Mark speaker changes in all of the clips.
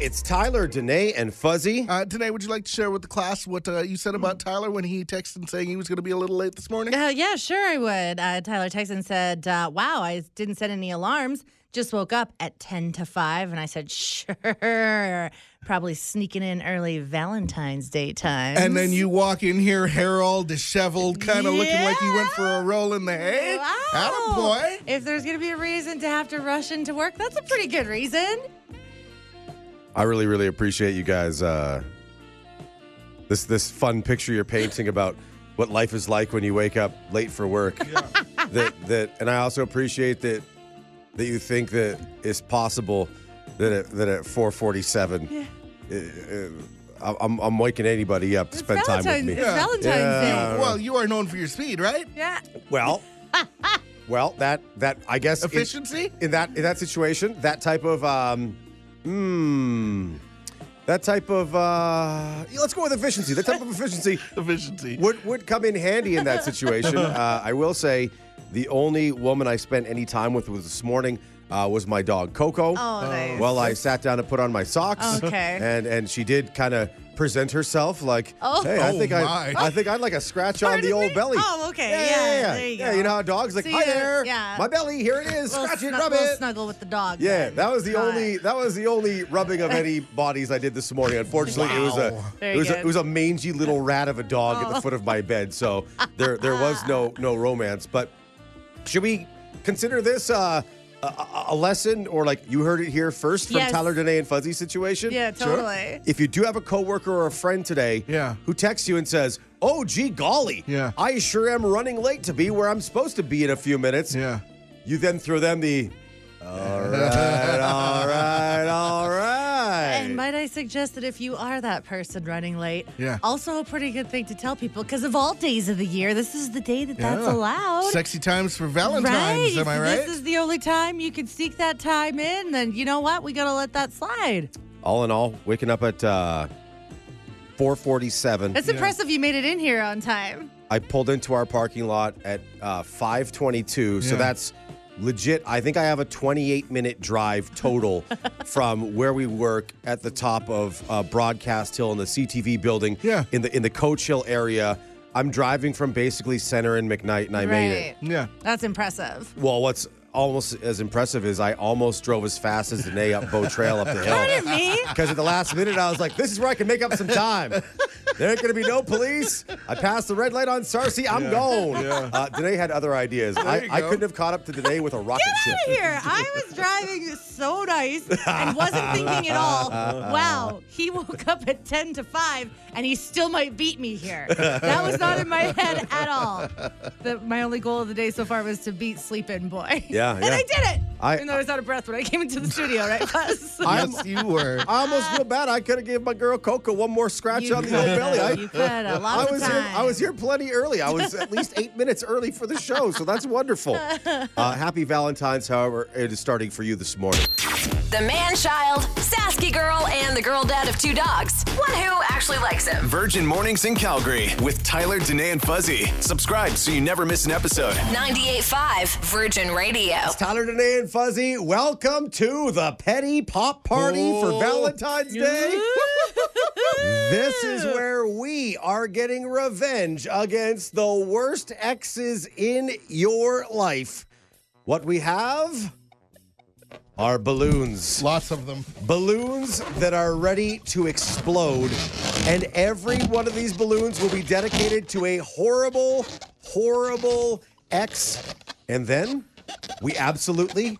Speaker 1: it's Tyler, Danae, and Fuzzy.
Speaker 2: Uh, today, would you like to share with the class what uh, you said about Tyler when he texted saying he was going to be a little late this morning?
Speaker 3: Uh, yeah, sure, I would. Uh, Tyler Texan said, uh, "Wow, I didn't set any alarms. Just woke up at ten to five, and I said, sure, probably sneaking in early Valentine's Day time."
Speaker 2: And then you walk in here, hair all disheveled, kind of looking like you went for a roll in the hay.
Speaker 3: Wow.
Speaker 2: Atta boy.
Speaker 3: If there's gonna be a reason to have to rush into work, that's a pretty good reason.
Speaker 1: I really, really appreciate you guys. Uh, this this fun picture you're painting about what life is like when you wake up late for work. that that, and I also appreciate that that you think that it's possible that at, that at 4:47, uh, uh, I'm I'm waking anybody up to
Speaker 3: It's
Speaker 1: spend time
Speaker 3: Valentine's.
Speaker 1: with me.
Speaker 3: It's Valentine's
Speaker 1: Yeah.
Speaker 3: Day.
Speaker 2: Well, you are known for your speed, right?
Speaker 3: Yeah.
Speaker 1: Well, well, that that I guess in-
Speaker 2: Efficiency?
Speaker 1: in that in that situation, that type of um, hmm, that type of uh, yeah, let's go with efficiency. That type of efficiency
Speaker 2: Efficiency.
Speaker 1: would would come in handy in that situation. Uh, I will say, the only woman I spent any time with was this morning. Uh, was my dog Coco?
Speaker 3: Oh, nice.
Speaker 1: Well, I sat down and put on my socks.
Speaker 3: Okay.
Speaker 1: And and she did kind of present herself like,
Speaker 3: Oh.
Speaker 1: hey, I
Speaker 2: Oh,
Speaker 1: think I,
Speaker 2: my.
Speaker 1: I think I'd like a scratch on the
Speaker 3: Pardon
Speaker 1: old
Speaker 3: me?
Speaker 1: belly.
Speaker 3: Oh, okay.
Speaker 1: Yeah,
Speaker 3: Yeah,
Speaker 1: yeah, yeah.
Speaker 3: there you
Speaker 1: Yeah,
Speaker 3: go.
Speaker 1: know how dogs like,
Speaker 3: So
Speaker 1: hi
Speaker 3: you're-
Speaker 1: there,
Speaker 3: yeah.
Speaker 1: my belly, here it is,
Speaker 3: Little
Speaker 1: scratch it,
Speaker 3: snug-
Speaker 1: rub
Speaker 3: little
Speaker 1: it.
Speaker 3: snuggle with the dog.
Speaker 1: Yeah,
Speaker 3: then.
Speaker 1: that was the
Speaker 3: Got
Speaker 1: only
Speaker 3: it.
Speaker 1: that was the only rubbing of any bodies I did this morning. Unfortunately, it was
Speaker 2: Wow.
Speaker 1: a
Speaker 3: Very
Speaker 1: it was a,
Speaker 3: good. Oh.
Speaker 1: it was a mangy little rat of a dog at the foot of my bed. So there there was no no romance. But should we consider this uh, a- a, a lesson or like you heard it here first from
Speaker 3: Yes.
Speaker 1: Tyler, Danae, and Fuzzy situation?
Speaker 3: Yeah, totally.
Speaker 1: If you do have a coworker or a friend today,
Speaker 2: Yeah.
Speaker 1: who texts you and says. Oh, gee, golly.
Speaker 2: Yeah.
Speaker 1: I sure am running late to be where I'm supposed to be in a few minutes.
Speaker 2: Yeah.
Speaker 1: You then throw them the. All right, all right, all right.
Speaker 3: And might I suggest that if you are that person running late,
Speaker 2: Yeah.
Speaker 3: also a pretty good thing to tell people because of all days of the year, this is the day that that's
Speaker 2: Yeah.
Speaker 3: allowed.
Speaker 2: Sexy times for Valentine's,
Speaker 3: Right.
Speaker 2: am I
Speaker 3: So
Speaker 2: right?
Speaker 3: This is the only time you can seek that time in, then you know what? We gotta let that slide.
Speaker 1: all in all, waking up at uh, 4:47.
Speaker 3: It's impressive you made it in here on time.
Speaker 1: I pulled into our parking lot at uh, 5:22, so
Speaker 2: Yeah.
Speaker 1: that's legit. I think I have a 28-minute drive total from where we work at the top of uh, Broadcast Hill in the CTV building.
Speaker 2: Yeah.
Speaker 1: in the in the Coach Hill area. I'm driving from basically Center and McKnight, and I made it.
Speaker 2: yeah.
Speaker 3: That's impressive.
Speaker 1: Well, what's almost as impressive is I almost drove as fast as Danae up Bow Trail up the
Speaker 3: Pardon
Speaker 1: hill.
Speaker 3: me.
Speaker 1: Because at the last minute, I was like, this is where I can make up some time. There ain't going to be no police. I passed the red light on Sarcy. I'm gone.
Speaker 2: yeah.
Speaker 1: Uh, Danae had other ideas. I,
Speaker 2: you
Speaker 1: I
Speaker 2: go.
Speaker 1: couldn't have caught up to Danae with a rocket
Speaker 3: Get
Speaker 1: ship.
Speaker 3: out of here. I was driving so nice and wasn't thinking at all, wow, he woke up at 10 to 5 and he still might beat me here. That was not in my head at all. The, my only goal of the day so far was to beat Sleepin' Boy.
Speaker 1: Yeah,
Speaker 3: And
Speaker 1: yeah.
Speaker 3: I did it.
Speaker 1: I-
Speaker 3: even though I was out of breath when I came into the studio, right, Buzz?
Speaker 2: Yes, you were.
Speaker 1: I almost feel bad. I could have given my girl Coco one more scratch
Speaker 3: You
Speaker 1: on the old
Speaker 3: coulda,
Speaker 1: belly. I,
Speaker 3: you coulda. Lots
Speaker 1: I
Speaker 3: of
Speaker 1: was here. I
Speaker 3: time.
Speaker 1: was here plenty early. I was at least eight minutes early for the show, so that's wonderful. Uh, happy Valentine's, however, it is starting for you this morning.
Speaker 4: The man child, Sasky girl, and the girl dad of two dogs. One who actually likes him.
Speaker 5: Virgin Mornings in Calgary with Tyler, Danae, and Fuzzy. Subscribe so you never miss an episode.
Speaker 4: 98.5 Virgin Radio.
Speaker 1: Tyler, Danae, and Fuzzy, welcome to the Petty Pop Party for
Speaker 2: Oh.
Speaker 1: Valentine's Day. this is where we are getting revenge against the worst exes in your life. What we have are balloons.
Speaker 2: Lots of them.
Speaker 1: Balloons that are ready to explode. And every one of these balloons will be dedicated to a horrible, horrible ex. And then we absolutely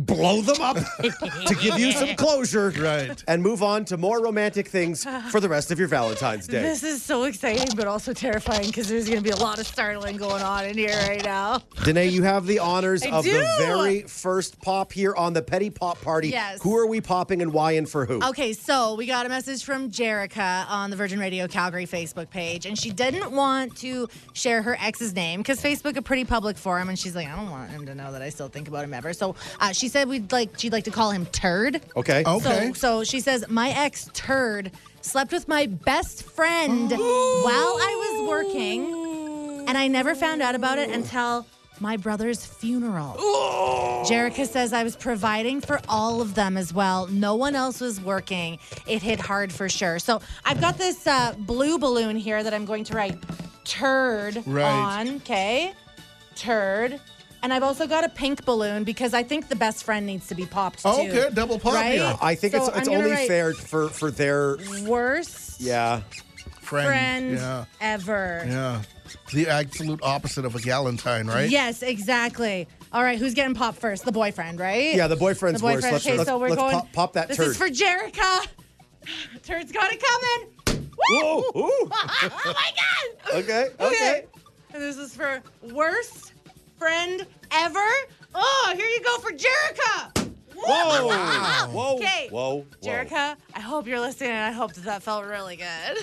Speaker 1: blow them up to give you some closure.
Speaker 2: Right.
Speaker 1: And move on to more romantic things for the rest of your Valentine's Day.
Speaker 3: This is so exciting, but also terrifying because there's going to be a lot of startling going on in here right now.
Speaker 1: Danae, you have the honors
Speaker 3: I
Speaker 1: of the
Speaker 3: do.
Speaker 1: very first pop here on the Petty Pop Party.
Speaker 3: Yes.
Speaker 1: Who are we popping and why and for who?
Speaker 3: Okay, so we got a message from Jerica on the Virgin Radio Calgary Facebook page, and she didn't want to share her ex's name because Facebook a pretty public forum, and she's like, I don't want him to know that I still think about him ever. So uh, she said we'd like she'd like to call him Turd.
Speaker 1: Okay.
Speaker 2: Oh. Okay.
Speaker 3: So, so she says, My ex, Turd, slept with my best friend while I was working, and I never found out about it until my brother's funeral. Jerica says I was providing for all of them as well. No one else was working. It hit hard for sure. So I've got this uh, blue balloon here that I'm going to write turd
Speaker 2: Right.
Speaker 3: on. Okay. Turd. And I've also got a pink balloon because I think the best friend needs to be popped
Speaker 2: Oh,
Speaker 3: too.
Speaker 2: good. Double pop,
Speaker 3: Right?
Speaker 2: yeah.
Speaker 1: I think
Speaker 3: So
Speaker 1: it's it's
Speaker 3: I'm gonna
Speaker 1: only
Speaker 3: write
Speaker 1: fair for for their
Speaker 3: Worst
Speaker 1: yeah.
Speaker 2: friend.
Speaker 3: friend
Speaker 2: Yeah.
Speaker 3: ever.
Speaker 2: Yeah. The absolute opposite of a galentine, right?
Speaker 3: Yes, exactly. All right, who's getting popped first? The boyfriend, right?
Speaker 1: Yeah, the boyfriend's
Speaker 3: the boyfriend.
Speaker 1: worse. Let's-
Speaker 3: okay,
Speaker 1: let's-
Speaker 3: so we're
Speaker 1: let's
Speaker 3: going.
Speaker 1: pop- pop that
Speaker 3: this
Speaker 1: turd.
Speaker 3: is for Jerica. Turd's got it coming.
Speaker 1: Whoa! Ooh.
Speaker 3: oh my god.
Speaker 1: Okay. Okay.
Speaker 3: And this is for worst friend ever. Oh, here you go for Jerica.
Speaker 1: Whoa! Whoa!
Speaker 3: Okay.
Speaker 1: Whoa! Whoa!
Speaker 3: Jerica, I hope you're listening. I hope that that felt really good.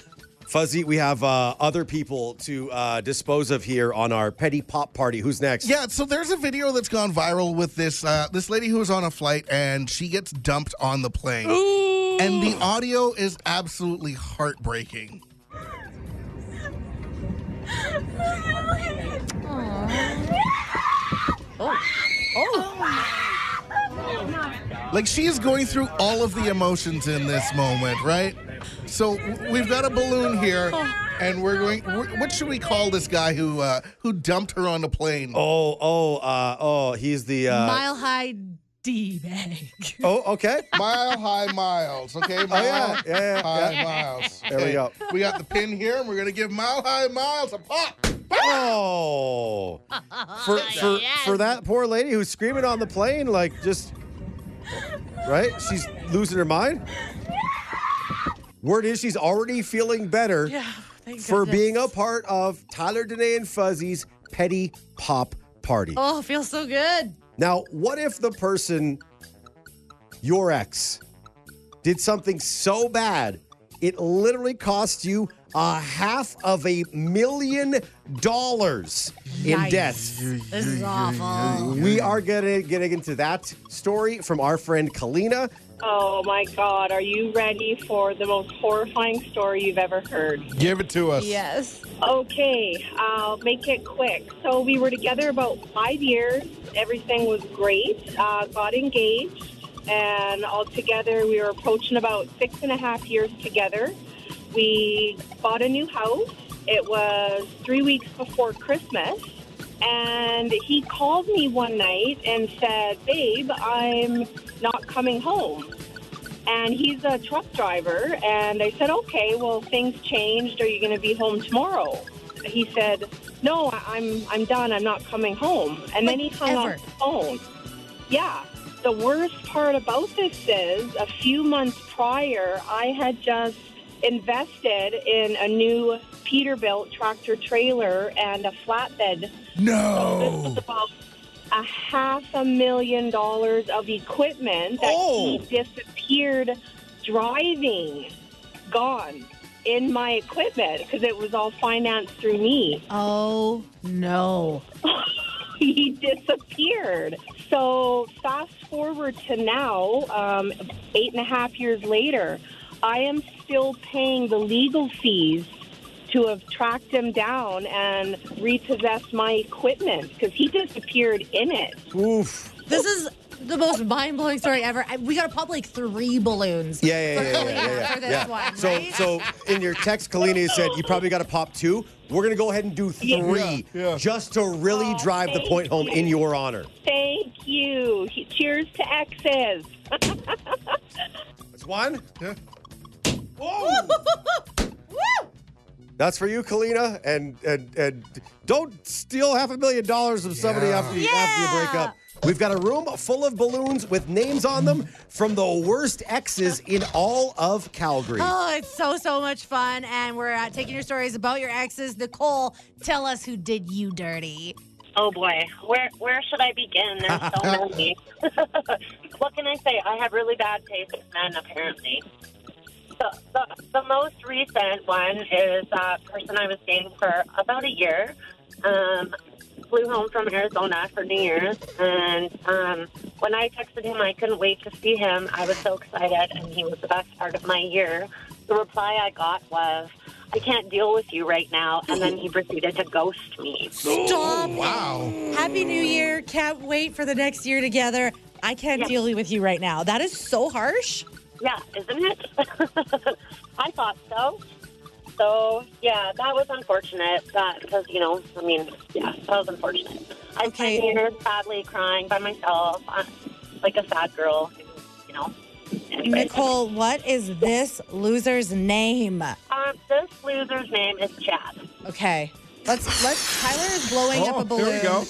Speaker 1: Fuzzy, we have uh, other people to uh, dispose of here on our petty pop party. Who's next?
Speaker 2: Yeah, so there's a video that's gone viral with this uh, this lady who was on a flight and she gets dumped on the plane. And the audio is absolutely heartbreaking. Like she is going through all of the emotions in this moment, right? So w- we've got a balloon here, and we're going. wh- What should we call this guy who uh, who dumped her on the plane?
Speaker 1: Oh, oh, uh, oh, he's the. Uh,
Speaker 3: Mile high D bag.
Speaker 1: oh, okay.
Speaker 2: Mile High Miles. Okay, Mile
Speaker 1: yeah, yeah, yeah,
Speaker 2: High Miles.
Speaker 1: There we
Speaker 2: Okay,
Speaker 1: go.
Speaker 2: We got the pin here, and we're gonna give Mile High Miles a pop.
Speaker 1: Oh. For, for, for that poor lady who's screaming on the plane, like just. Right? She's losing her mind. Word is she's already feeling better
Speaker 3: Yeah, thank
Speaker 1: for
Speaker 3: goodness.
Speaker 1: being a part of Tyler, Danae, and Fuzzy's petty pop party.
Speaker 3: Oh, it feels so good.
Speaker 1: Now, what if the person, your ex, did something so bad it literally cost you a half of a million dollars in
Speaker 3: Yikes.
Speaker 1: debt?
Speaker 3: This is awful.
Speaker 1: We are gonna getting into that story from our friend Kalina.
Speaker 6: Oh my God, are you ready for the most horrifying story you've ever heard?
Speaker 2: Give it to us.
Speaker 3: Yes.
Speaker 6: Okay, I'll make it quick. So we were together about five years. Everything was great. Uh, got engaged, and altogether we were approaching about six and a half years together. We bought a new house. It was three weeks before Christmas, and he called me one night and said, "Babe, I'm not coming home." and he's a truck driver. And I said, okay, well, things changed. Are you going to be home tomorrow? He said, no, I- I'm I'm done. I'm not coming home. And then he hung
Speaker 3: Ever.
Speaker 6: up the phone. Yeah. The worst part about this is a few months prior, I had just invested in a new Peterbilt tractor trailer and a flatbed this was
Speaker 2: No.
Speaker 6: about a half a million dollars of equipment that
Speaker 1: Oh.
Speaker 6: he disappeared driving, gone in my equipment because it was all financed through me.
Speaker 3: Oh no.
Speaker 6: he disappeared. So fast forward to now, um, eight and a half years later, I am still paying the legal fees to have tracked him down and repossessed my equipment because he disappeared in it.
Speaker 1: Oof.
Speaker 3: This is the most mind blowing story ever. I, we got to pop like three balloons.
Speaker 1: Yeah, yeah,
Speaker 3: for
Speaker 1: yeah, yeah,
Speaker 3: Kalina
Speaker 1: yeah, yeah,
Speaker 3: for this
Speaker 1: yeah.
Speaker 3: one.
Speaker 1: So,
Speaker 3: right?
Speaker 1: so in your text, Kalina you said you probably got to pop two. We're gonna go ahead and do three,
Speaker 2: Yeah, yeah.
Speaker 1: just to really
Speaker 3: Oh,
Speaker 6: Aw,
Speaker 1: drive the
Speaker 6: thank
Speaker 1: point home in
Speaker 6: you.
Speaker 1: your honor.
Speaker 6: Thank you. He- Cheers to exes.
Speaker 1: That's one.
Speaker 2: Yeah.
Speaker 3: Woo!
Speaker 1: That's for you, Kalina, and and and don't steal half a million dollars from somebody
Speaker 2: Yeah.
Speaker 1: after you, after you break
Speaker 3: Yeah.
Speaker 1: up. We've got a room full of balloons with names on them from the worst exes in all of Calgary.
Speaker 3: Oh, it's so so much fun, and we're uh, taking your stories about your exes. Nicole, tell us who did you dirty.
Speaker 6: Oh boy, where where should I begin? There's so many. what can I say? I have really bad taste in men, apparently. The, the, the most recent one is a person I was dating for about a year. Um, flew home from Arizona for New Year's, and um, when I texted him, I couldn't wait to see him. I was so excited, and he was the best part of my year. The reply I got was,
Speaker 7: I can't deal with you right now. And then he proceeded to ghost me.
Speaker 3: Stop. it.
Speaker 2: Wow.
Speaker 3: Happy New Year. Can't wait for the next year together. I can't
Speaker 7: Yeah.
Speaker 3: deal with you right now. That is so harsh.
Speaker 7: Yeah, isn't it? I thought so. So, yeah, that was unfortunate. That Because, you know, I mean, yeah, that was unfortunate. I
Speaker 3: Okay.
Speaker 7: sat here sadly crying by myself, uh, like a sad girl, you know. Anyway.
Speaker 3: Nicole, what is this loser's name?
Speaker 7: Um, this loser's name is Chad.
Speaker 3: Okay. Let's let's Tyler is blowing up a
Speaker 2: Oh,
Speaker 3: balloon
Speaker 2: there we go.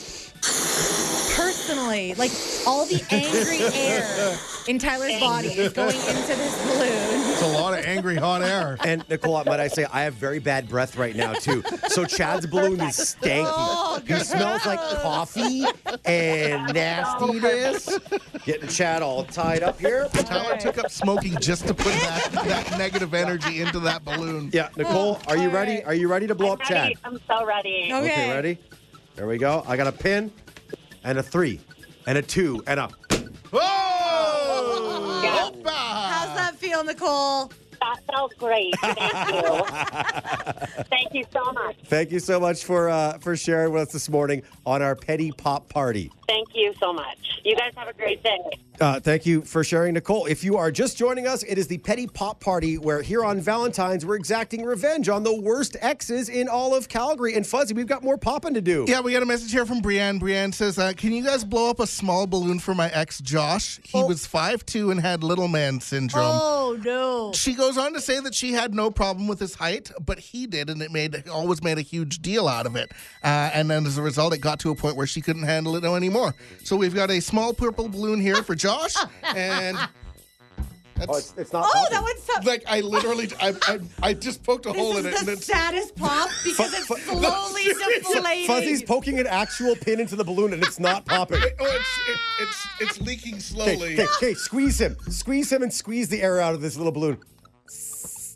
Speaker 3: personally. Like all the angry air in Tyler's body is going into this balloon.
Speaker 2: It's a lot of angry hot air.
Speaker 1: And Nicole, might I say, I have very bad breath right now too. So Chad's balloon is stanky.
Speaker 7: Oh,
Speaker 1: he smells like coffee and nastiness. Getting Chad all tied up here.
Speaker 2: Tyler took up smoking just to put that, that negative energy into that balloon.
Speaker 1: Yeah, Nicole, are you ready? Are you ready to blow up
Speaker 7: Oh, I'm
Speaker 1: Chad?
Speaker 7: ready. I'm so ready.
Speaker 3: Okay.
Speaker 1: Okay, ready? There we go. I got a pin and a three and a two and a.
Speaker 2: Whoa!
Speaker 7: Yeah.
Speaker 2: Opa!
Speaker 3: How's that feel, Nicole?
Speaker 7: That felt great. Thank you. Thank you so much.
Speaker 1: Thank you so much for uh, for sharing with us this morning on our petty pop party.
Speaker 7: Thank you so much. You guys have a great day.
Speaker 1: Uh, thank you for sharing, Nicole. If you are just joining us, it is the Petty Pop Party, where here on Valentine's, we're exacting revenge on the worst exes in all of Calgary. And Fuzzy, we've got more popping to do.
Speaker 2: Yeah, we got a message here from Brianne. Brianne says, uh, Can you guys blow up a small balloon for my ex, Josh? He was 5'2 and had little man syndrome.
Speaker 3: Oh no.
Speaker 2: She goes on to say that she had no problem with his height, but he did, and it made always made a huge deal out of it. Uh, and then as a result, it got to a point where she couldn't handle it anymore. So we've got a small purple balloon here for Josh, and
Speaker 1: Oh,
Speaker 2: that's
Speaker 1: it's, it's not.
Speaker 3: Oh,
Speaker 1: popping.
Speaker 3: that one's so
Speaker 2: like I literally, I, I, I just poked a hole in
Speaker 3: This
Speaker 2: it,
Speaker 3: is
Speaker 2: and
Speaker 3: the
Speaker 2: it's
Speaker 3: saddest pop because it's slowly deflating.
Speaker 1: Fuzzy's poking an actual pin into the balloon and it's not popping.
Speaker 2: oh, it's it, it's it's leaking
Speaker 1: Okay,
Speaker 2: slowly.
Speaker 1: okay, okay, squeeze him. Squeeze him and squeeze the air out of this little balloon.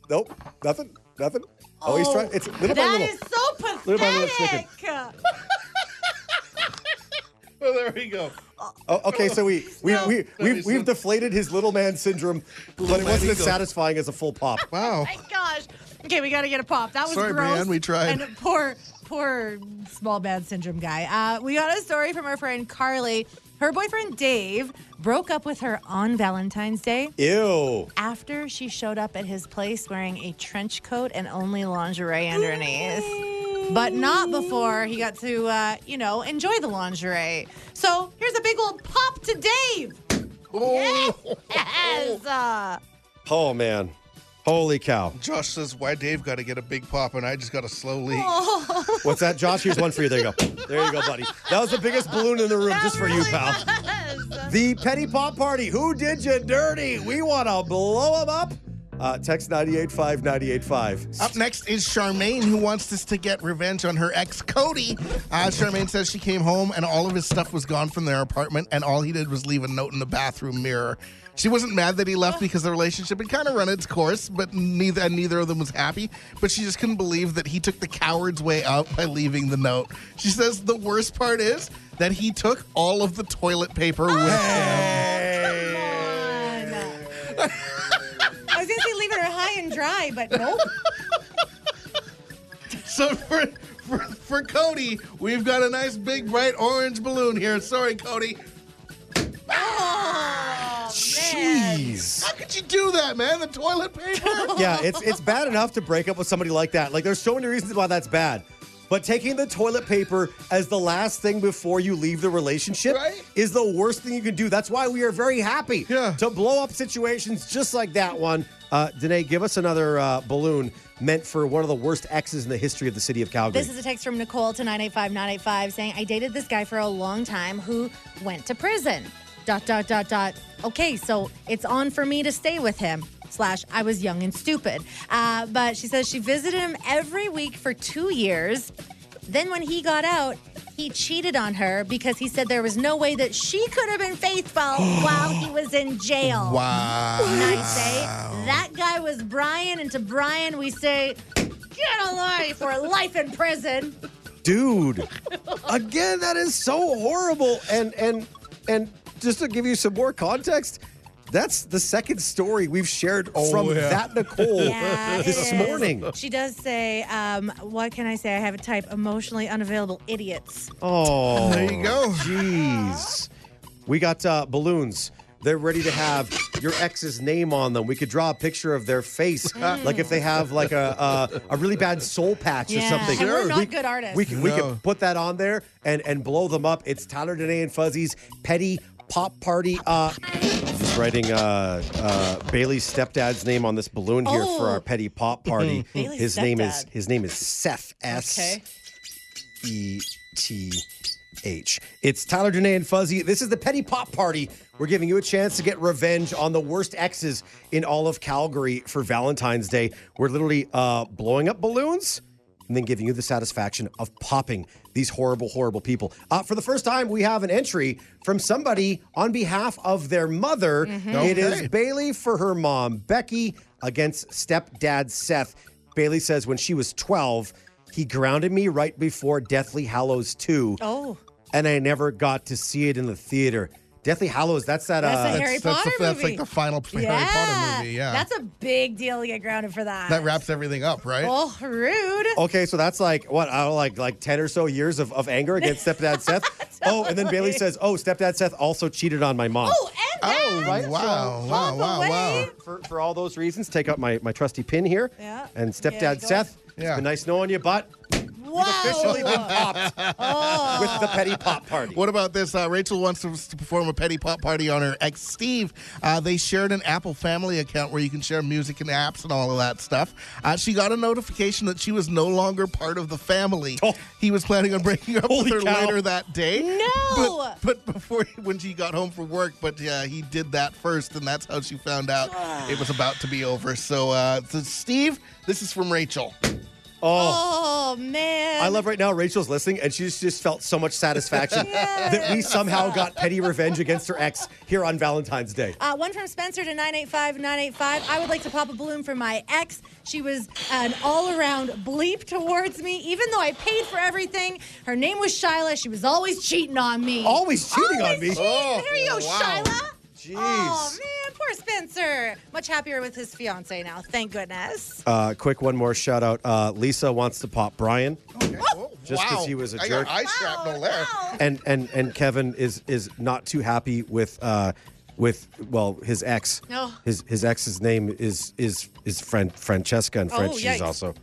Speaker 1: Nope, nothing, nothing. Oh, he's trying. It's little by
Speaker 3: That
Speaker 1: little.
Speaker 3: is so pathetic.
Speaker 1: Little by little shaken.
Speaker 2: Well, there we go.
Speaker 1: Oh, okay, so we we
Speaker 3: No.
Speaker 1: we we've,
Speaker 2: he's
Speaker 1: we've
Speaker 2: not-
Speaker 1: deflated his little man syndrome, but it wasn't as
Speaker 2: ego.
Speaker 1: satisfying as a full pop.
Speaker 3: Oh,
Speaker 2: Wow.
Speaker 3: My gosh. Okay, we got to get a pop. That was
Speaker 2: Sorry,
Speaker 3: gross.
Speaker 2: Brianne, we tried.
Speaker 3: And poor, poor small man syndrome guy. Uh, we got a story from our friend Carly. Her boyfriend Dave broke up with her on Valentine's Day
Speaker 1: Ew.
Speaker 3: after she showed up at his place wearing a trench coat and only lingerie underneath. But not before he got to, uh, you know, enjoy the lingerie. So here's a big old pop to Dave. Yes. Uh,
Speaker 1: Oh man. Holy cow.
Speaker 2: Josh says, "Why Dave got to get a big pop, and I just got a slow leak."
Speaker 1: What's that, Josh? Here's one for you. There you go. There you go, buddy. That was the biggest balloon in the room just for you, pal. The Petty Pop Party. Who did you dirty? We want to blow them up. Uh, text 985-985.
Speaker 2: Up next is Charmaine, who wants us to get revenge on her ex, Cody. Uh, Charmaine says she came home and all of his stuff was gone from their apartment, and all he did was leave a note in the bathroom mirror. She wasn't mad that he left because the relationship had kind of run its course, but neither and neither of them was happy. But she just couldn't believe that he took the coward's way out by leaving the note. She says the worst part is that he took all of the toilet paper with him.
Speaker 3: Come on. I was gonna say leave her high and dry, but nope.
Speaker 2: So for, for for Cody, we've got a nice big bright orange balloon here. Sorry, Cody.
Speaker 1: Jeez.
Speaker 2: How could you do that, man? The toilet paper?
Speaker 1: Yeah, it's it's bad enough to break up with somebody like that. Like there's so many reasons why that's bad. But taking the toilet paper as the last thing before you leave the relationship
Speaker 2: Right?
Speaker 1: is the worst thing you can do. That's why we are very happy
Speaker 2: Yeah.
Speaker 1: to blow up situations just like that one. Uh, Danae, give us another uh, balloon meant for one of the worst exes in the history of the city of Calgary.
Speaker 3: This is a text from Nicole to 985985 saying, I dated this guy for a long time who went to prison. Dot, dot, dot, dot. Okay, so it's on for me to stay with him. Slash, I was young and stupid. Uh, but she says she visited him every week for two years. Then when he got out, he cheated on her because he said there was no way that she could have been faithful while he was in jail.
Speaker 2: Wow.
Speaker 3: I say that guy was Brian, and to Brian we say, get a life for life in prison.
Speaker 1: dude again that is so horrible and and and just to give you some more context That's the second story we've shared from
Speaker 2: yeah.
Speaker 1: that Nicole
Speaker 3: Yeah, it
Speaker 1: this
Speaker 3: is.
Speaker 1: morning.
Speaker 3: She does say, um, what can I say? I have a type emotionally unavailable idiots.
Speaker 2: Ah,
Speaker 1: Oh,
Speaker 2: There you go.
Speaker 1: Jeez, we got uh, balloons. They're ready to have your ex's name on them. We could draw a picture of their face,
Speaker 3: Mm.
Speaker 1: like if they have like a a, a really bad soul patch or
Speaker 3: Yeah.
Speaker 1: something.
Speaker 3: And we're not
Speaker 1: we,
Speaker 3: good artists.
Speaker 1: We can we
Speaker 2: No.
Speaker 1: can put that on there and and blow them up. It's Tyler Danae and Fuzzy's petty pop party. Uh, just writing uh, uh, Bailey's stepdad's name on this balloon here for
Speaker 3: Oh. Mm-hmm.
Speaker 1: our petty pop party.
Speaker 3: Bailey's
Speaker 1: his name is
Speaker 3: stepdad.
Speaker 1: his name is Seth S.
Speaker 3: Okay.
Speaker 1: E T H. It's Tyler Danae and Fuzzy. This is the Petty Pop Party. We're giving you a chance to get revenge on the worst exes in all of Calgary for Valentine's Day. We're literally uh, blowing up balloons and then giving you the satisfaction of popping these horrible, horrible people. Uh, for the first time, we have an entry from somebody on behalf of their mother. It is
Speaker 2: Okay.
Speaker 1: Bailey for her mom, Becky, against stepdad Seth. Bailey says when she was 12, he grounded me right before Deathly Hallows 2,
Speaker 3: Oh,
Speaker 1: and I never got to see it in the theater. Deathly Hallows, that's that.
Speaker 3: That's
Speaker 1: uh,
Speaker 3: a Harry
Speaker 2: that's,
Speaker 3: Potter
Speaker 2: the, that's
Speaker 3: movie.
Speaker 2: like the final
Speaker 3: yeah.
Speaker 2: Harry Potter movie. Yeah.
Speaker 3: That's a big deal to get grounded for that.
Speaker 2: that wraps everything up, right?
Speaker 3: Oh, rude.
Speaker 1: Okay, so that's like what I don't know, like like ten or so years of, of anger against stepdad Seth. Oh, and then Bailey says, "Oh, stepdad Seth also cheated on my mom."
Speaker 3: Oh, and
Speaker 2: Oh,
Speaker 3: that.
Speaker 2: right. Wow, wow,
Speaker 3: Hop
Speaker 2: wow,
Speaker 3: away.
Speaker 2: wow.
Speaker 1: For, for all those reasons, take out my, my trusty pin here.
Speaker 3: Yeah.
Speaker 1: And
Speaker 3: There you
Speaker 1: stepdad
Speaker 3: go.
Speaker 1: Seth, it's
Speaker 2: Yeah.
Speaker 1: been nice knowing you, but officially been
Speaker 3: Wow.
Speaker 1: popped
Speaker 3: Oh.
Speaker 1: with the petty pop party.
Speaker 2: What about this? Uh, Rachel wants us to perform a petty pop party on her ex Steve. Uh, they shared an Apple Family account where you can share music and apps and all of that stuff. Uh, she got a notification that she was no longer part of the family.
Speaker 1: Oh.
Speaker 2: He was planning on breaking up
Speaker 1: Holy
Speaker 2: with her
Speaker 1: cow.
Speaker 2: later that day.
Speaker 3: No.
Speaker 2: But, but before when she got home from work, but uh, he did that first, and that's how she found out it was about to be over. So, uh, so Steve, this is from Rachel.
Speaker 1: oh.
Speaker 3: Oh, man.
Speaker 1: I love right now Rachel's listening and she's just felt so much satisfaction that we somehow got petty revenge against her ex here on Valentine's Day.
Speaker 3: Uh, one from Spencer to 985 985. I would like to pop a balloon for my ex. She was an all around bleep towards me, even though I paid for everything. Her name was Shyla. She was always cheating on me.
Speaker 1: Always cheating on me.
Speaker 3: Always cheating. there you go,
Speaker 2: Oh, wow.
Speaker 3: Shyla.
Speaker 1: Jeez.
Speaker 3: Oh, man. Poor Spencer. Much happier with his fiance now. Thank goodness.
Speaker 1: Uh, quick one more shout out. Uh, Lisa wants to pop Brian. Just 'cause
Speaker 2: wow.
Speaker 1: he was a
Speaker 2: I
Speaker 1: jerk.
Speaker 2: Got Oh, eye shrapnel there.
Speaker 3: Wow.
Speaker 1: and and and Kevin is is not too happy with uh with well his ex.
Speaker 3: No.
Speaker 1: His his ex's name is is is Fran- Francesca and
Speaker 3: Oh,
Speaker 1: French. She's
Speaker 3: yikes.
Speaker 1: also.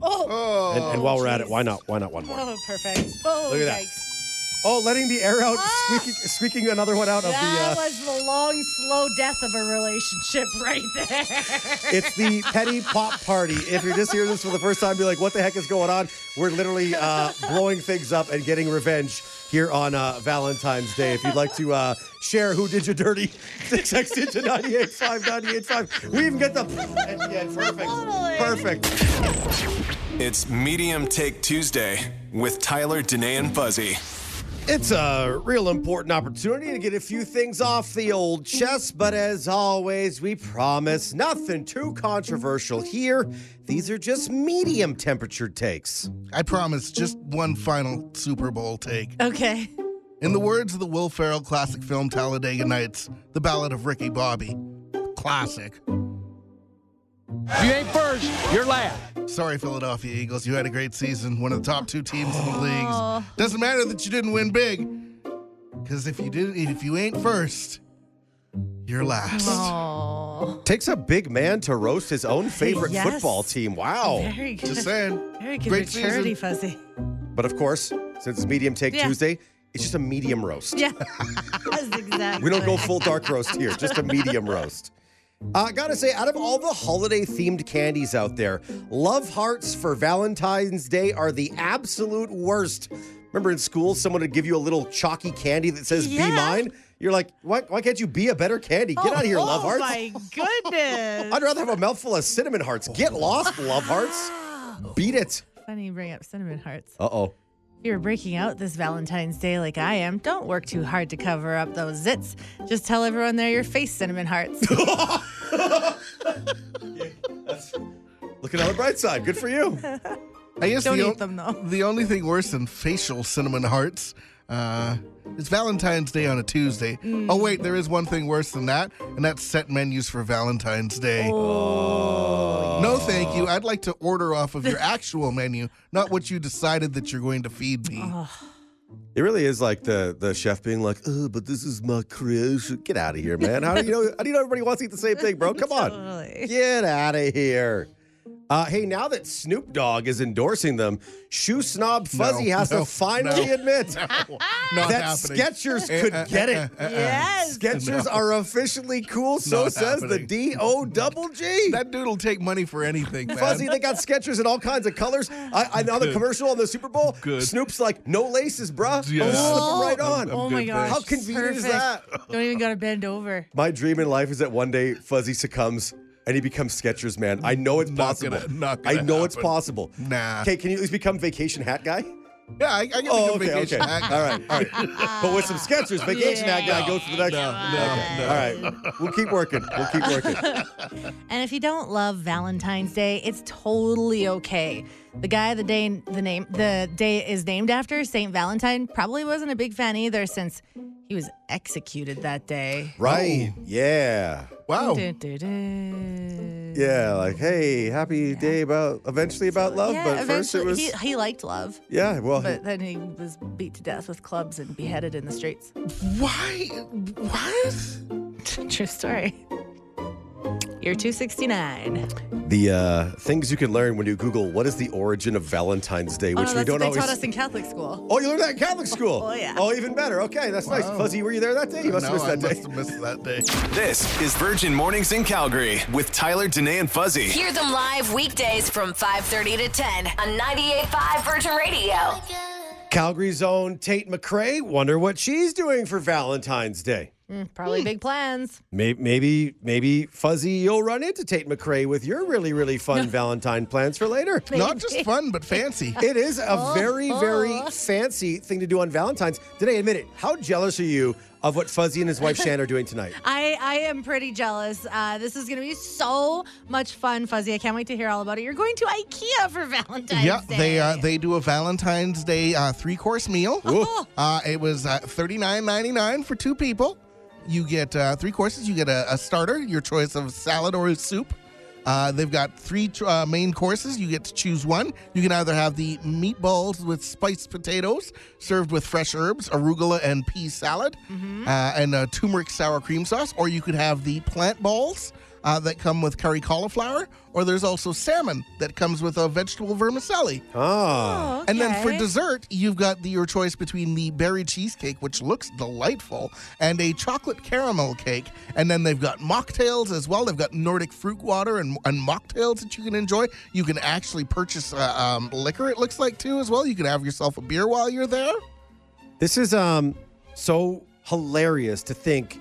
Speaker 3: Oh,
Speaker 1: And, and while we're at it,
Speaker 3: Jeez.
Speaker 1: why not why not one more?
Speaker 3: oh, perfect. Oh,
Speaker 1: Look at that.
Speaker 3: yikes.
Speaker 1: Oh, letting the air out,
Speaker 3: Ah!
Speaker 1: squeaking squeaking another one out of the.
Speaker 3: That
Speaker 1: Uh,
Speaker 3: was the long, slow death of a relationship right there.
Speaker 1: It's the Petty Pop Party. If you're just hearing this for the first time, be like, what the heck is going on? We're literally uh, blowing things up and getting revenge here on uh, Valentine's Day. If you'd like to uh, share who did you dirty, text it to 985 985. We even get the. at the end.
Speaker 3: Totally.
Speaker 1: Perfect. Perfect.
Speaker 5: It's Medium Take Tuesday with Tyler, Danae, and Fuzzy.
Speaker 1: It's a real important opportunity to get a few things off the old chest, but as always, we promise nothing too controversial here. These are just medium temperature takes.
Speaker 2: I promise, just one final Super Bowl take.
Speaker 3: okay.
Speaker 2: In the words of the Will Ferrell classic film Talladega Nights, The Ballad of Ricky Bobby. Classic.
Speaker 8: You ain't first, you're last.
Speaker 2: Sorry, Philadelphia Eagles, you had a great season, one of the top two teams in the leagues. Doesn't matter that you didn't win big, because if you didn't, if you ain't first, you're last.
Speaker 3: Oh,
Speaker 1: Takes a big man to roast his own favorite
Speaker 3: Yes.
Speaker 1: football team. Wow.
Speaker 3: very good.
Speaker 2: Just saying.
Speaker 3: Very good
Speaker 2: Great season.
Speaker 3: maturity, Fuzzy.
Speaker 1: But of course, since it's Medium Take
Speaker 3: Yeah.
Speaker 1: Tuesday, it's just a medium roast.
Speaker 3: Yeah. That's exactly.
Speaker 1: We don't go full dark roast here, just a medium roast. Uh, gotta say, out of all the holiday themed candies out there, love hearts for Valentine's Day are the absolute worst. Remember in school, someone would give you a little chalky candy that says,
Speaker 3: Yeah.
Speaker 1: Be mine? You're like, why, why can't you be a better candy? Get out of here,
Speaker 3: oh,
Speaker 1: love hearts.
Speaker 3: Oh, my goodness.
Speaker 1: I'd rather have a mouthful of cinnamon hearts. Get lost, love hearts. Beat it.
Speaker 3: Funny you bring up cinnamon hearts.
Speaker 1: Uh oh.
Speaker 3: If you're breaking out this Valentine's Day like I am, don't work too hard to cover up those zits. Just tell everyone they're your face cinnamon hearts.
Speaker 1: Looking on the bright side. Good for you.
Speaker 2: I guess
Speaker 3: Don't
Speaker 2: the
Speaker 3: eat
Speaker 2: on-
Speaker 3: them, though.
Speaker 2: The only thing worse than facial cinnamon hearts Uh, it's Valentine's Day on a Tuesday.
Speaker 1: Mm.
Speaker 2: Oh, wait, there is one thing worse than that, and that's set menus for Valentine's Day.
Speaker 1: Oh.
Speaker 2: No, thank you. I'd like to order off of your actual menu, not what you decided that you're going to feed me.
Speaker 1: It really is like the the chef being like, "Oh, but this is my creation." Get out of here, man. How do you know? How do you know everybody wants to eat the same thing, bro? Come on,
Speaker 3: Totally.
Speaker 1: get out of here. Uh, hey, now that Snoop Dogg is endorsing them, shoe snob Fuzzy
Speaker 2: No,
Speaker 1: has
Speaker 2: no,
Speaker 1: to finally
Speaker 2: no.
Speaker 1: admit
Speaker 2: Not
Speaker 1: that
Speaker 2: happening. Eh,
Speaker 1: Skechers could get it.
Speaker 3: Yes.
Speaker 1: Skechers are officially cool. So
Speaker 2: Not
Speaker 1: says
Speaker 2: happening.
Speaker 1: the Do Double G.
Speaker 2: That dude'll take money for anything, man.
Speaker 1: Fuzzy, they got Skechers in all kinds of colors. I, I know the commercial on the Super Bowl.
Speaker 9: Good.
Speaker 1: Snoop's like, no laces, bruh.
Speaker 2: Yeah.
Speaker 1: I'll slip 'em right
Speaker 3: Oh.
Speaker 1: on.
Speaker 3: Oh my gosh.
Speaker 1: How convenient is
Speaker 3: Perfect.
Speaker 1: that?
Speaker 3: Don't even gotta bend over.
Speaker 1: My dream in life is that one day Fuzzy succumbs and he becomes Skechers man. I know it's
Speaker 2: Not
Speaker 1: possible.
Speaker 2: gonna- not gonna
Speaker 1: I know it's
Speaker 2: happen.
Speaker 1: possible.
Speaker 2: Nah.
Speaker 1: Okay, can you at least become vacation hat guy?
Speaker 2: Yeah, I, I can
Speaker 1: Oh,
Speaker 2: a
Speaker 1: okay, okay.
Speaker 2: vacation.
Speaker 1: all right, all right. But with some Skechers, vacation hat guy
Speaker 3: Yeah.
Speaker 1: goes to the next.
Speaker 2: No,
Speaker 1: one.
Speaker 2: no,
Speaker 1: Okay,
Speaker 2: no.
Speaker 1: All right, we'll keep working. We'll keep working.
Speaker 3: And if you don't love Valentine's Day, it's totally okay. The guy the day the name the day is named after, Saint Valentine, probably wasn't a big fan either since he was executed that day.
Speaker 1: Right? Oh, Yeah.
Speaker 2: Wow.
Speaker 3: Du-du-du.
Speaker 1: Oh. Yeah. Like, hey, happy day about eventually about love,
Speaker 3: Yeah,
Speaker 1: but first it
Speaker 3: eventually
Speaker 1: was.
Speaker 3: he, he liked love,
Speaker 1: yeah. Well,
Speaker 3: but then he was beat to death with clubs and beheaded in the streets.
Speaker 2: Why? What?
Speaker 3: True story. Year Oh, 269.
Speaker 1: the uh, things you can learn when you Google what is the origin of Valentine's Day,
Speaker 3: Oh,
Speaker 1: which
Speaker 3: no,
Speaker 1: we
Speaker 3: that's what
Speaker 1: don't
Speaker 3: they
Speaker 1: always.
Speaker 3: taught us in Catholic school.
Speaker 1: Oh, you learned that in Catholic school.
Speaker 3: Oh, yeah.
Speaker 1: Oh, even better. Okay, that's nice. Fuzzy, were you there that day? You must
Speaker 2: no,
Speaker 1: have missed
Speaker 2: I
Speaker 1: that
Speaker 2: must
Speaker 1: day.
Speaker 2: have missed that day.
Speaker 5: This is Virgin Mornings in Calgary with Tyler, Danae, and Fuzzy.
Speaker 4: Hear them live weekdays from 5.30 to 10 on 98.5 Virgin Radio.
Speaker 1: Calgary's own Tate McRae. Wonder what she's doing for Valentine's Day. Hmm.
Speaker 3: Probably big plans.
Speaker 1: May- Maybe, maybe Fuzzy, you'll run into Tate McRae with your really, really fun Valentine plans for later.
Speaker 2: Not just fun, but fancy.
Speaker 1: It is a
Speaker 3: Oh,
Speaker 1: very, very fancy thing to do on Valentine's. Today, admit it. How jealous are you of what Fuzzy and his wife Shan are doing tonight?
Speaker 3: I, I am pretty jealous. Uh, this is going to be so much fun, Fuzzy. I can't wait to hear all about it. You're going to IKEA for Valentine's
Speaker 2: Yeah,
Speaker 3: Day.
Speaker 2: they uh, they do a Valentine's Day uh, three course meal. Uh, it was uh, thirty nine ninety nine for two people. You get uh, three courses. You get a, a starter, your choice of salad or soup. Uh, they've got three tr- uh, main courses. You get to choose one. You can either have the meatballs with spiced potatoes served with fresh herbs, arugula, and pea salad, uh, and a turmeric sour cream sauce, or you could have the plant balls uh, that come with curry cauliflower, or there's also salmon that comes with a vegetable vermicelli.
Speaker 1: Ah,
Speaker 2: And then for
Speaker 3: Okay.
Speaker 2: dessert, you've got the, your choice between the berry cheesecake, which looks delightful, and a chocolate caramel cake. And then they've got mocktails as well. They've got Nordic fruit water and, and mocktails that you can enjoy. You can actually purchase uh, um, liquor, it looks like, too, as well. You can have yourself a beer while you're there.
Speaker 1: This is um so hilarious to think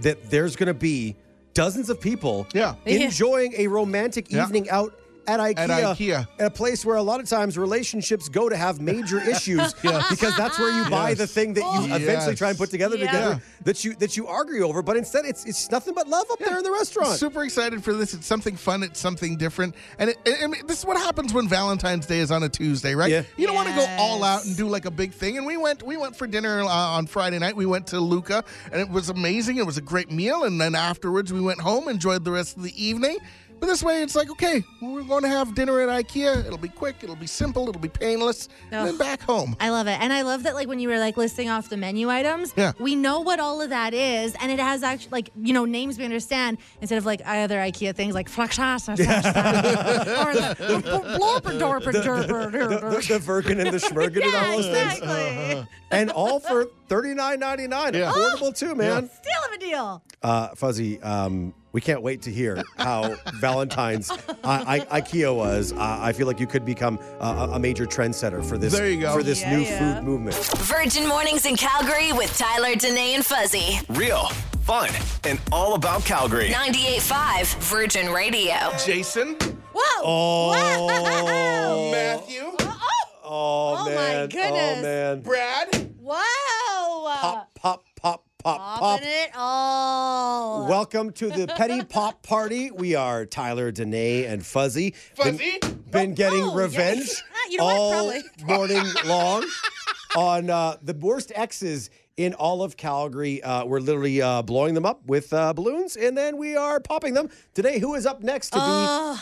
Speaker 1: that there's going to be dozens of people
Speaker 2: Yeah.
Speaker 3: Yeah.
Speaker 1: enjoying a romantic
Speaker 2: Yeah.
Speaker 1: evening out at IKEA,
Speaker 2: IKEA.
Speaker 1: at a place where a lot of times relationships go to have major issues because that's where you buy the thing that you
Speaker 2: Oh. Yes.
Speaker 1: eventually try and put together
Speaker 3: Yeah.
Speaker 1: together that you that you argue over, but instead it's it's nothing but love up there in the restaurant.
Speaker 2: Super excited for this. It's something fun. It's something different. And it, I I mean, this is what happens when Valentine's Day is on a Tuesday, right?
Speaker 1: Yeah.
Speaker 2: You don't want to go all out
Speaker 3: Yes.
Speaker 2: and do like a big thing. And we went we went for dinner uh, on Friday night. We went to Luca, and it was amazing. It was a great meal. And then afterwards, we went home, enjoyed the rest of the evening. But this way, it's like okay, we're going to have dinner at IKEA. It'll be quick. It'll be simple. It'll be painless. And then
Speaker 3: Ugh.
Speaker 2: back home.
Speaker 3: I love it. And I love that, like, when you were, like, listing off the menu items,
Speaker 2: Yeah.
Speaker 3: we know what all of that is. And it has actually, like, you know, names we understand instead of, like, other IKEA things like Flakshash or the
Speaker 1: the,
Speaker 3: Blorperdorperdorper.
Speaker 1: the Virgin and the Schmergen and all
Speaker 3: Yeah,
Speaker 1: those things.
Speaker 3: exactly.
Speaker 1: And all for $39.99. Affordable too, man.
Speaker 3: Still of a deal.
Speaker 1: Uh, Fuzzy, um, we can't wait to hear how Valentine's I, I, IKEA was. Uh, I feel like you could become a, a- a major trendsetter for this.
Speaker 2: There you go.
Speaker 1: for this
Speaker 3: Yeah,
Speaker 1: new
Speaker 3: yeah.
Speaker 1: food movement.
Speaker 4: Virgin Mornings in Calgary with Tyler, Danae, and Fuzzy.
Speaker 5: Real, fun, and all about Calgary.
Speaker 4: 98.5 Virgin Radio.
Speaker 2: Jason,
Speaker 3: Whoa.
Speaker 1: Oh.
Speaker 3: Wow.
Speaker 2: Matthew,
Speaker 3: Oh,
Speaker 1: Oh,
Speaker 3: Oh, my
Speaker 1: man! Oh
Speaker 3: goodness.
Speaker 1: man!
Speaker 2: Brad.
Speaker 3: wow.
Speaker 1: Pop, pop, pop, pop, pop.
Speaker 3: Popping it all.
Speaker 1: Welcome to the Petty Pop Party. We are Tyler, Danae, and Fuzzy. Been-
Speaker 2: Fuzzy?
Speaker 1: Been, getting
Speaker 3: Oh, yes.
Speaker 1: revenge
Speaker 3: You know what?
Speaker 1: all
Speaker 3: Probably.
Speaker 1: morning long. on uh, the worst exes in all of Calgary. Uh, we're literally uh, blowing them up with uh, balloons, and then we are popping them. Today, who is up next to be
Speaker 3: Uh,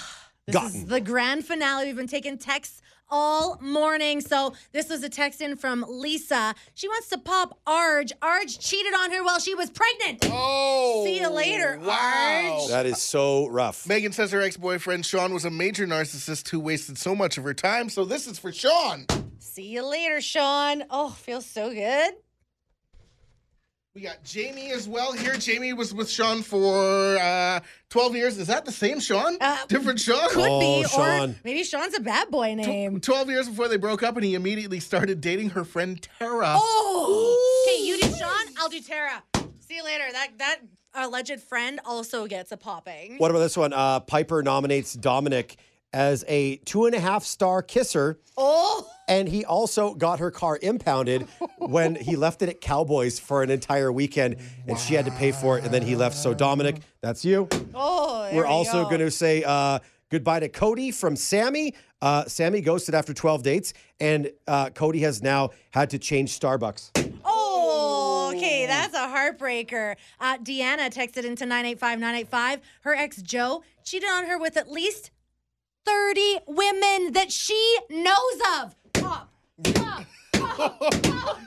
Speaker 3: This
Speaker 1: gotten?
Speaker 3: is the grand finale. We've been taking texts all morning. So this was a text in from Lisa. She wants to pop Arj. Arj cheated on her while she was pregnant.
Speaker 2: Oh.
Speaker 3: See you later,
Speaker 2: Wow.
Speaker 3: Arj.
Speaker 1: that is so rough.
Speaker 2: Megan says her ex boyfriend Sean was a major narcissist who wasted so much of her time, so this is for Sean.
Speaker 3: See you later, Sean. Oh, feels so good.
Speaker 2: We got Jamie as well here. Jamie was with Sean for uh, 12 years. Is that the same Sean?
Speaker 3: Uh,
Speaker 2: Different Sean?
Speaker 3: Could
Speaker 1: Oh,
Speaker 3: be, or
Speaker 1: Sean.
Speaker 3: maybe Sean's a bad boy
Speaker 1: Oh.
Speaker 3: name.
Speaker 2: 12 years before they broke up, and he immediately started dating her friend Tara.
Speaker 3: Oh, okay. You do Sean. I'll do Tara. See you later. That that alleged friend also gets a popping.
Speaker 1: What about this one? Uh, Piper nominates Dominic as a two and a half star kisser.
Speaker 3: Oh.
Speaker 1: And he also got her car impounded when he left it at Cowboys for an entire weekend, and she had to pay for it. And then he left. So Dominic, that's you.
Speaker 3: Oh, there
Speaker 1: We're
Speaker 3: we
Speaker 1: also
Speaker 3: go.
Speaker 1: going to say uh, goodbye to Cody from Sammy. Uh, Sammy ghosted after 12 dates, and uh, Cody has now had to change Starbucks.
Speaker 3: Oh, okay, that's a heartbreaker. Uh, Deanna texted into 985-985. Her ex Joe cheated on her with at least 30 women that she knows of. Pop, pop, pop, pop.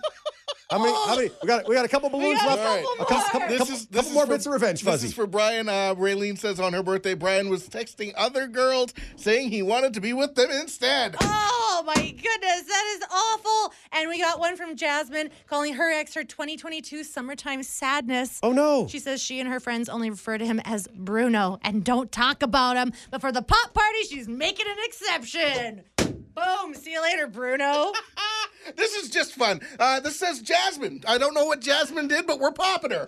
Speaker 1: How many? How many? We got we got a couple balloons
Speaker 3: got
Speaker 1: left.
Speaker 3: a couple
Speaker 1: A couple,
Speaker 3: more.
Speaker 1: couple-
Speaker 2: This
Speaker 1: couple-
Speaker 2: is- this
Speaker 1: couple
Speaker 2: is
Speaker 1: more
Speaker 2: for-
Speaker 1: bits of revenge,
Speaker 2: This
Speaker 1: Fuzzy.
Speaker 2: is for Brian. Uh, Raylene says on her birthday, Brian was texting other girls saying he wanted to be with them instead.
Speaker 3: Oh my goodness, that is awful. And we got one from Jasmine calling her ex her 2022 summertime sadness.
Speaker 1: oh no!
Speaker 3: She says she and her friends only refer to him as Bruno and don't talk about him. But for the pop party, she's making an exception. Boom. See you later, Bruno.
Speaker 2: Ah, This is just fun. Uh, this says Jasmine. I don't know what Jasmine did, but we're popping her.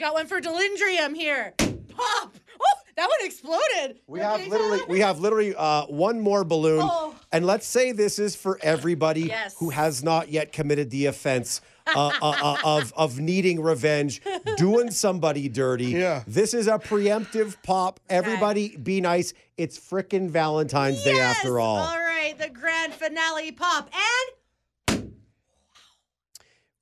Speaker 3: Got one for Delindrium here. Pop. Oh, that one exploded.
Speaker 1: We have literally we have literally uh, one more balloon,
Speaker 3: Oh.
Speaker 1: and let's say this is for everybody
Speaker 3: Yes.
Speaker 1: who has not yet committed the offense uh, uh, uh, of of needing revenge, doing somebody dirty.
Speaker 2: Yeah.
Speaker 1: this is a preemptive pop. Everybody, be nice. It's frickin' Valentine's Day after all.
Speaker 3: All right, the grand finale pop. And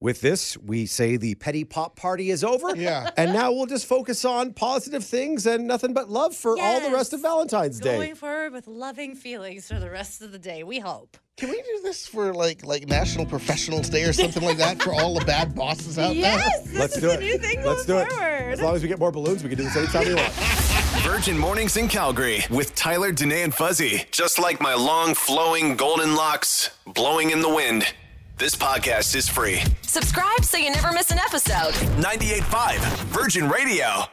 Speaker 1: With this, we say the petty pop party is over.
Speaker 2: Yeah.
Speaker 1: and now we'll just focus on positive things and nothing but love for all the rest of
Speaker 3: Yes.
Speaker 1: Valentine's Day.
Speaker 3: going forward with loving feelings for the rest of the day, we hope.
Speaker 2: Can we do this for like like National Professionals Day or something like that for all the bad bosses out
Speaker 3: Yes, this
Speaker 1: Let's
Speaker 3: is
Speaker 1: do
Speaker 3: the
Speaker 1: it.
Speaker 3: new thing
Speaker 1: Let's do
Speaker 3: going
Speaker 1: it.
Speaker 3: forward.
Speaker 1: As long as we get more balloons, we can do this anytime we want.
Speaker 5: Virgin Mornings in Calgary with Tyler, Danae, and Fuzzy. Just like my long, flowing golden locks blowing in the wind. This podcast is free.
Speaker 4: Subscribe so you never miss an episode.
Speaker 5: 98.5 Virgin Radio.